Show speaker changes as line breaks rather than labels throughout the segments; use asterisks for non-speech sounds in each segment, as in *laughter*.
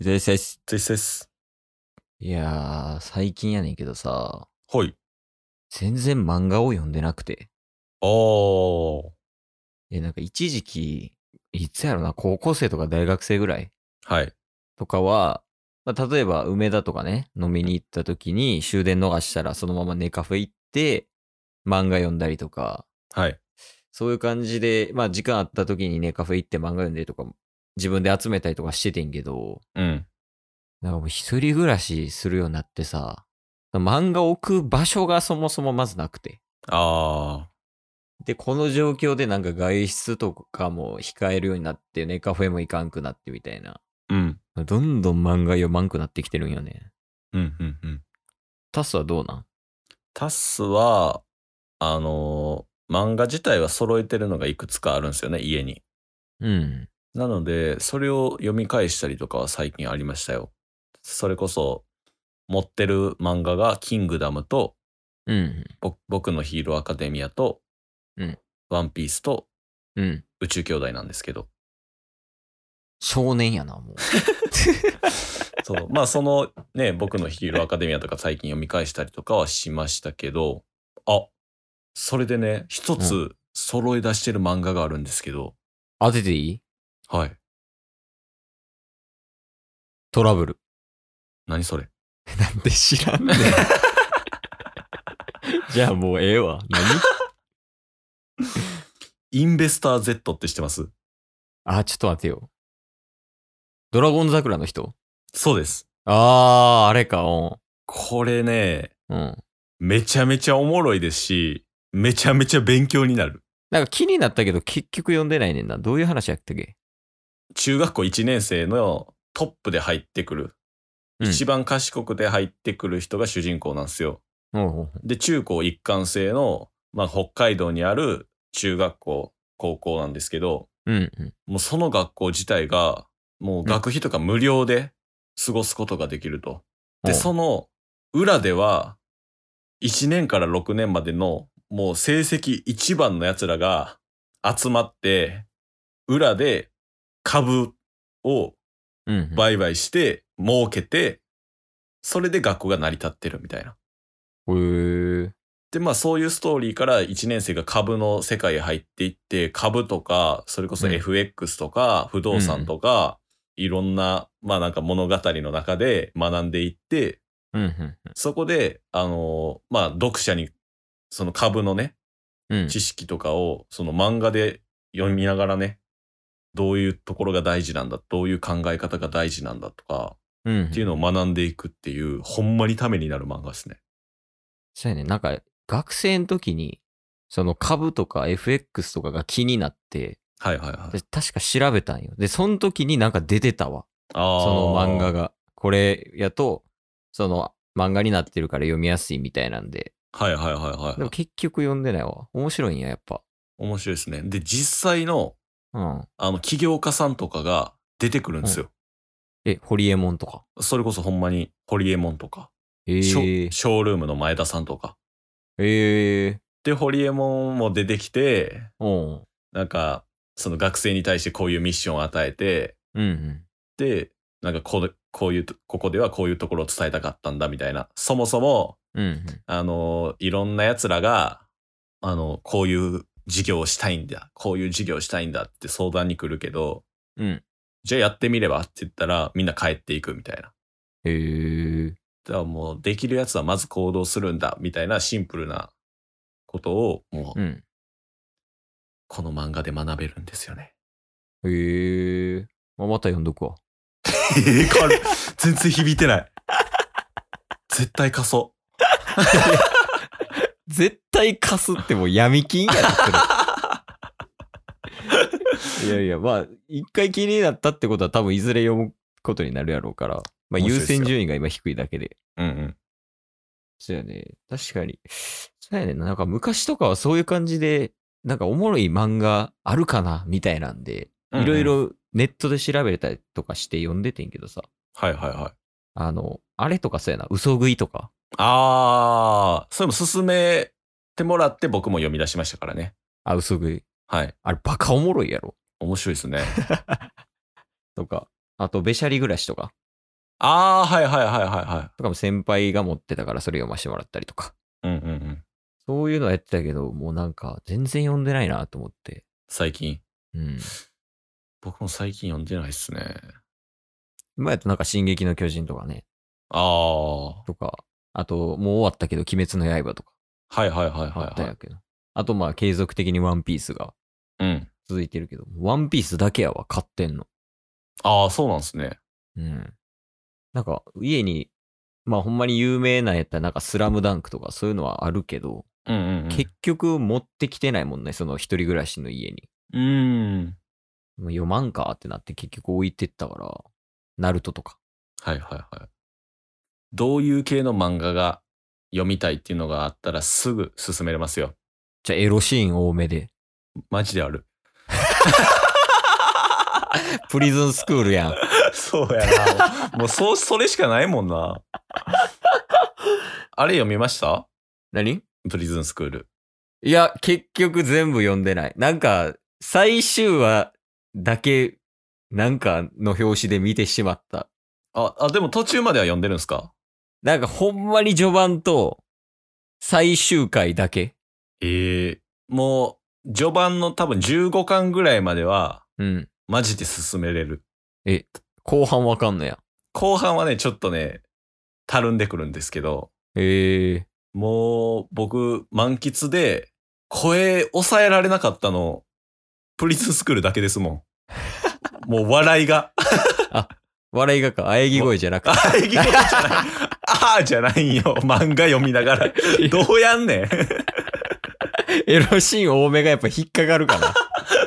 ですです。
ですです。
いやー、最近やねんけどさ、
はい。
全然漫画を読んでなくて。
あー。
え、なんか一時期、いつやろな、高校生とか大学生ぐらい
はい。
とかは、まあ、例えば梅田とかね、飲みに行った時に終電逃したらそのままネカフェ行って、漫画読んだりとか、
はい。
そういう感じで、まあ時間あった時にネカフェ行って漫画読んでとか、自分で集めたりとかしててんけど、
うん。
なんかもう一人暮らしするようになってさ、漫画置く場所がそもそもまずなくて。
あ
で、この状況でなんか外出とかも控えるようになって、ね、カフェも行かんくなってみたいな。
ー。うん。
どんどん漫画読まんくなってきてるんよね。
うん、うん、うん。
タスはどうなん
タスは、あのー漫画自体は揃えてるのがいくつかあるんですよね、家に。
うん。
なので、それを読み返したりとかは最近ありましたよ。それこそ、持ってる漫画が、キングダムと、
うん。
ぼ僕のヒーローアカデミアと、
うん
ワンピースと、
うん。
宇宙兄弟なんですけど。
少年やな、もう。
そう。まあ、そのね、僕のヒーローアカデミアとか最近読み返したりとかはしましたけど、あ、それでね、一
う
つ揃え出してる漫画があるんですけど、
当てていい
はい。
トラブル。
何それ
なんで知らんねん *laughs* じゃあもうええわ。何
インベスター Z って知ってます
*laughs* あ、ちょっと待てよ。ドラゴン桜の人
そうです。
あー、あれか、うん。
これね、
うん。
めちゃめちゃおもろいですし、めちゃめちゃ勉強になる。
なんか気になったけど結局読んでないねんな。どういう話やったっけ
中学校1年生のトップで入ってくる、
うん
一番賢くで入ってくる人が主人公なんですよ。
おうおう
で中高一貫制の、まあ、北海道にある中学校高校なんですけど
うんうん。
もうその学校自体がもう学費とか無料で過ごすことができると。で
おう
その裏では1年から6年までのもう成績一番のやつらが集まって裏で株を
うんうん
売買して儲けてそれで学校が成り立ってるみたいな。
へー
で、まあそういうストーリーから1年生が株の世界へ入っていって、株とか、それこそ
うん
FX とか、不動産とか、いろんな、まあなんか物語の中で学んでいって、
うんうん
そこで、あのーまあ読者に、その株のね、
うんうん
知識とかを、その漫画で読みながらね、どういうところが大事なんだ、どういう考え方が大事なんだとか、
うんうん
っていうのを学んでいくっていう、ほんまにためになる漫画ですね。
そうやね。なんか学生の時に、その株とか FX とかが気になって、
はいはいはい。
で確か調べたんよ。で、その時になんか出てたわ。
そ
その漫画。が。これやと、その漫画になってるから読みやすいみたいなんで。
はいはいはいはい。
でも結局読んでないわ。面白いんや、やっぱ。
面白いですね。で、実際の、
うん。
あの、起業家さんとかが出てくるんですよ。
え、ホリエモンとか。
それこそほんまに、ホリエモンとか、
ええ
ショ、ショールームの前田さんとか。
ええ
で、ホリエモンも出てきて、
うん。
なんか、その学生に対してこういうミッションを与えて、
うんうん。
で、なんかこう、こういうと、ここではこういうところを伝えたかったんだみたいな。そもそも、
うんうん。
あの、いろんな奴らが、あの、こういう事業をしたいんだ、こういう事業をしたいんだって相談に来るけど、
うん。
じゃあやってみればって言ったらみんな帰っていくみたいな。
えー、
だからもうできるやつはまず行動するんだみたいなシンプルなことをもう
うん。
この漫画で学べるんですよね。
えー。まあ、また読んどくわ。
ええ軽い全然響いてない。絶対貸そ
絶対貸すってもう闇金やな、それ。い *laughs* やいや、まあ、一回気になったってことは多分いずれ読むことになるやろうから、まあ
面白い
優
ですよ
先順位が今低いだけで。
う。うんうん。
そうやね。確かに。そうやねんな。なんか昔とかはそういう感じで、なんかおもろい漫画あるかなみたいなんで、いろい。ろネットで調べたりとかして読んでてんけどさ、
はいはいはい。
あの、あれとかそうやな、嘘食いとか。
あー、それも勧めてもらって僕も読み出しましたからね。
あ、嘘食い。
はい。
あれバカおもろいやろ。
*laughs* 面白いですね。
とか、あと、べしゃり暮らしとか。
ああ、はいはいはいはいは
とかも先輩が持ってたからそれ読ませてもらったりとか。
い。うんうんうん。
そういうのはやってたけど、もうなんか全然読んでないなと思って。
最近。
うん。
僕も最近読んでないっすね。
今やとなんか進撃の巨人とかね。
ああ。は
とか、あともう終わったけど鬼滅の刃とか
いはいはい
あっ
は
た
い、
ん
は
や
い。
けど。あとまあ継続的にワンピースが
うん。
続いてるけど、ワンピースだけやわ、買ってんの。
ああ、そうなんですね。
うん。なんか家に、まあほんまに有名なんやったらなんかスラムダンクとかそういうのはあるけど、
うんうん、うん。
結局持ってきてないもんね、その一人暮らしの家に。
うん。
もう読まんかってなって結局置いてったから、ナルトとか。
はいはいはい。どういう系の漫画が読みたいっていうのがあったらすぐ進めれますよ。
じゃあエロシーン多めで。
マジである。
*laughs* プリズンスクールやん。
*laughs* そうやな。 *laughs* もうそう、それしかないもんな。 *laughs* あれ読みました
何
プリズンスクール。
いや、結局全部読んでない。なんか、最終話だけ、なんかの表紙で見てしまった。
あ、あ、でも途中までは読んでるんですか
なんかほんまに序盤と、最終回だけ。
ええもう、序盤の多分15巻ぐらいまでは、
うん。
マジで進めれる。
後半わかんのや。
後半はね、ちょっとね、たるんでくるんですけど、
へえ。
もう僕、満喫で、声抑えられなかったの、プリズンスクールだけですも *laughs* ん。もう笑いが、
笑いがか、喘ぎ声じゃなくて。
あーじゃない、あーじゃないんよ。漫画読みながら。どうやんねん。
*laughs* エロシーン多めがやっぱ引っかかるかな。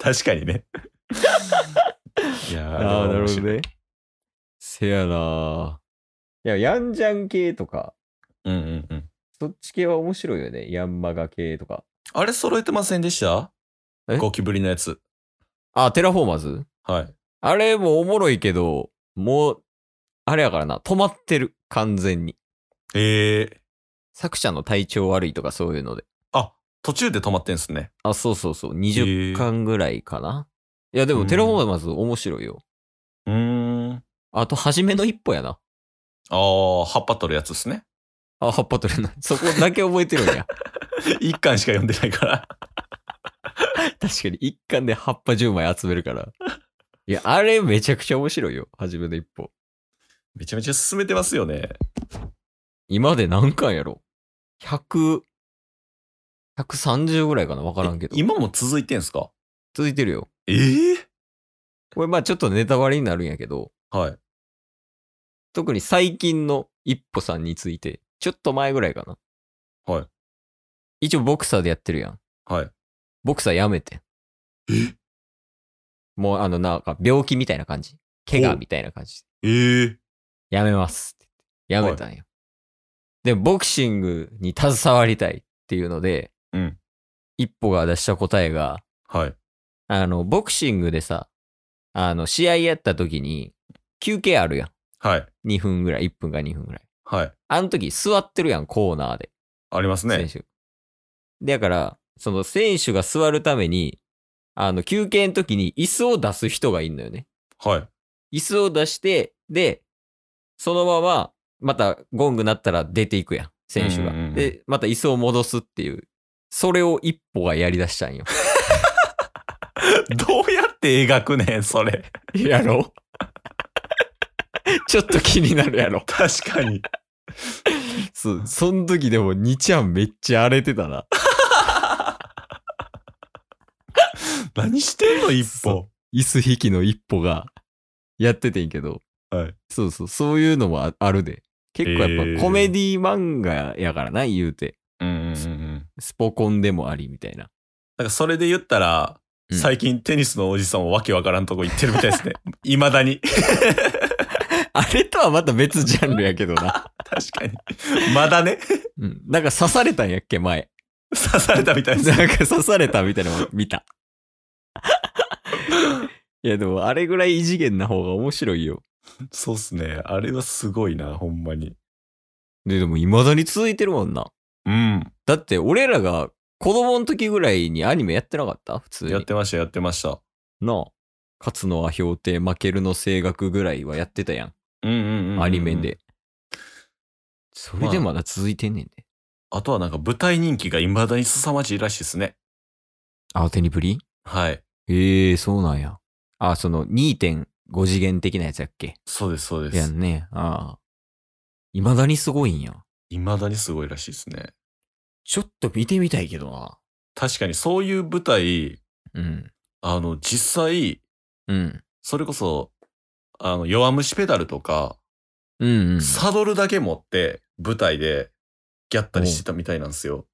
確かにね。いやー
ああ、な
でも面
るほど
白い
ね。せやなーいや、ヤンジャン系とか、
うんうんうん。
そっち系は面白いよね。ヤンマガ系とか。
あれ揃えてませんでした
え
ゴキブリのやつ。
あ、テラフォーマーズ
はい。
あれもおもろいけど、もう、あれやからな、止まってる。完全に。
えー、
作者の体調悪いとかそういうので。
あ、途中で止まってんすね。
あ、そうそうそう。
へー
20巻ぐらいかな。いや、で
う
も
ん
テラフォーマーズ面白いよ。
うーん。あ
あと、初めの一歩やな。
あ、葉っぱ取るやつですね。 *laughs*
あ、葉っぱ取れない。そこだけ覚えてるんや。
一巻しか読んでないから。
確かに一巻で葉っぱ10枚集めるから。いや、あれめちゃくちゃ面白いよ。初めの一歩。
めちゃめちゃ進めてますよね。
今まで何巻やろ ?100、130ぐらいかなわからんけど
え。今も続いてんすか
続いてるよ。
ええ
これまあちょっとネタバレになるんやけど、
はい。
特に最近の一歩さんについて、ちょっと前ぐらいかな。
はい。
一応ボクサーでやってるやん。
はい。
ボクサーやめて。もうあのなんか病気みたいな感じ。怪我みたいな感じ。
ええ
やめますって言って。やめたんよ。で、ボクシングに携わりたいっていうので、
うん
一歩が出した答えが、
はい。
あの、ボクシングでさ、あの、試合やった時に、休憩あるや
はい。
ん。2分ぐらい、1分か2分ぐらい。
はい。
あの時座ってるやん、コーナーで。
あります
選
ね。
手。だから、その選手が座るために、あの、休憩の時に椅子を出す人がいんのよね。
はい。
椅子を出して、で、そのまま、またゴングなったら出ていくやん、選手が。
うんうんうん
で、また椅子を戻すっていう、それを一歩がやりだしたんよ。
どうやって描くねん、それ。
やろちょっと気になるや
*laughs*
ろ。
確かに。
そう、そん時でも2ちゃんめっちゃ荒れてたな。
何してんの、一歩
そ。椅子引きの一歩がやっててんけど。
はい。
そうそう、そういうのもああるで。結構や
へ
っ
ー
ぱコメディ漫画やからな、言うて。
うんうんうんうん。だ
スポコンでもありみたいな。
からそれで言ったら、
うん
最近テニスのおじさんもわけわからんとこ行ってるみたいです *laughs* ね。いまだに。
あれとはまた別ジャンルやけど
*laughs*
な。
確かに。まだね。
うん。なんか刺されたんやっけ、前。
刺されたみたいです。
なんか刺されたみたいなの見た。いや、でもあれぐらい異次元な方が面白いよ。
そうっすね。あれはすごいな、ほんまに。
で、でも未だに続いてるもんな。
うん。
だって俺らが子供の時ぐらいにアニメやってなかった普通に。
やってました、やってました。
なあ。勝つのは評定、負けるの声楽ぐらいはやってたやん。
うんうんうんうん
アニメで。それでまだ続いてんねんで。
あとはなんか舞台人気が未だに凄まじいらしいですね。
あ、テニプリ
はい。
ええそうなんや。あ、その2.5次元的なやつやっけ
そうです、そうで
や
す。
んね。ああ。未だにすごいんや。
未だにすごいらしいですね。
ちょっと見てみたいけどな。
確かにそういう舞台、
うん。
あの、実際、
うん。
それこそ、あの、弱虫ペダルとか、
うんうん。
サドルだけ持って、舞台で、ギャったりしてたみたいなんですよ。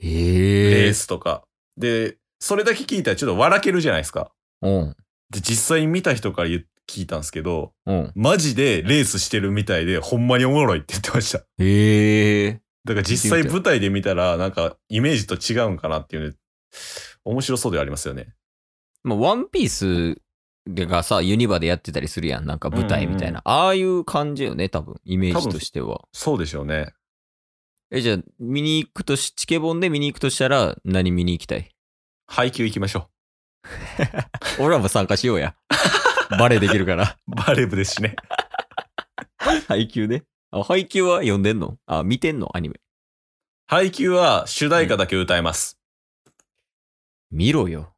え
レ
え
ースとか。で、それだけ聞いたらちょっと笑けるじゃないですか。
うん。
で、実際見た人から言う聞いたんですけど、
うん。
マジでレースしてるみたいで、ほんまにおもろいって言ってました。
ええ
だから実際舞台で見たら、なんかイメージと違うんかなっていうね、面白そうではありますよね。
まあ、ワンピースがさ、ユニバでやってたりするやん。なんか舞台みたいな。ああいう感じよね、多分。イメージとしては。
そうでしょうね。
え、じゃあ、見に行くとし、チケボンで見に行くとしたら、何見に行きたい
配給行きましょ
俺らも参加しよう *laughs* や。バレーできるから。 *laughs*
う。バレー部ですしね。
配給ね。あ、配給は読んでんのあ、見てんのアニメ。
配給は主題歌だけ歌えます。
見ろよ。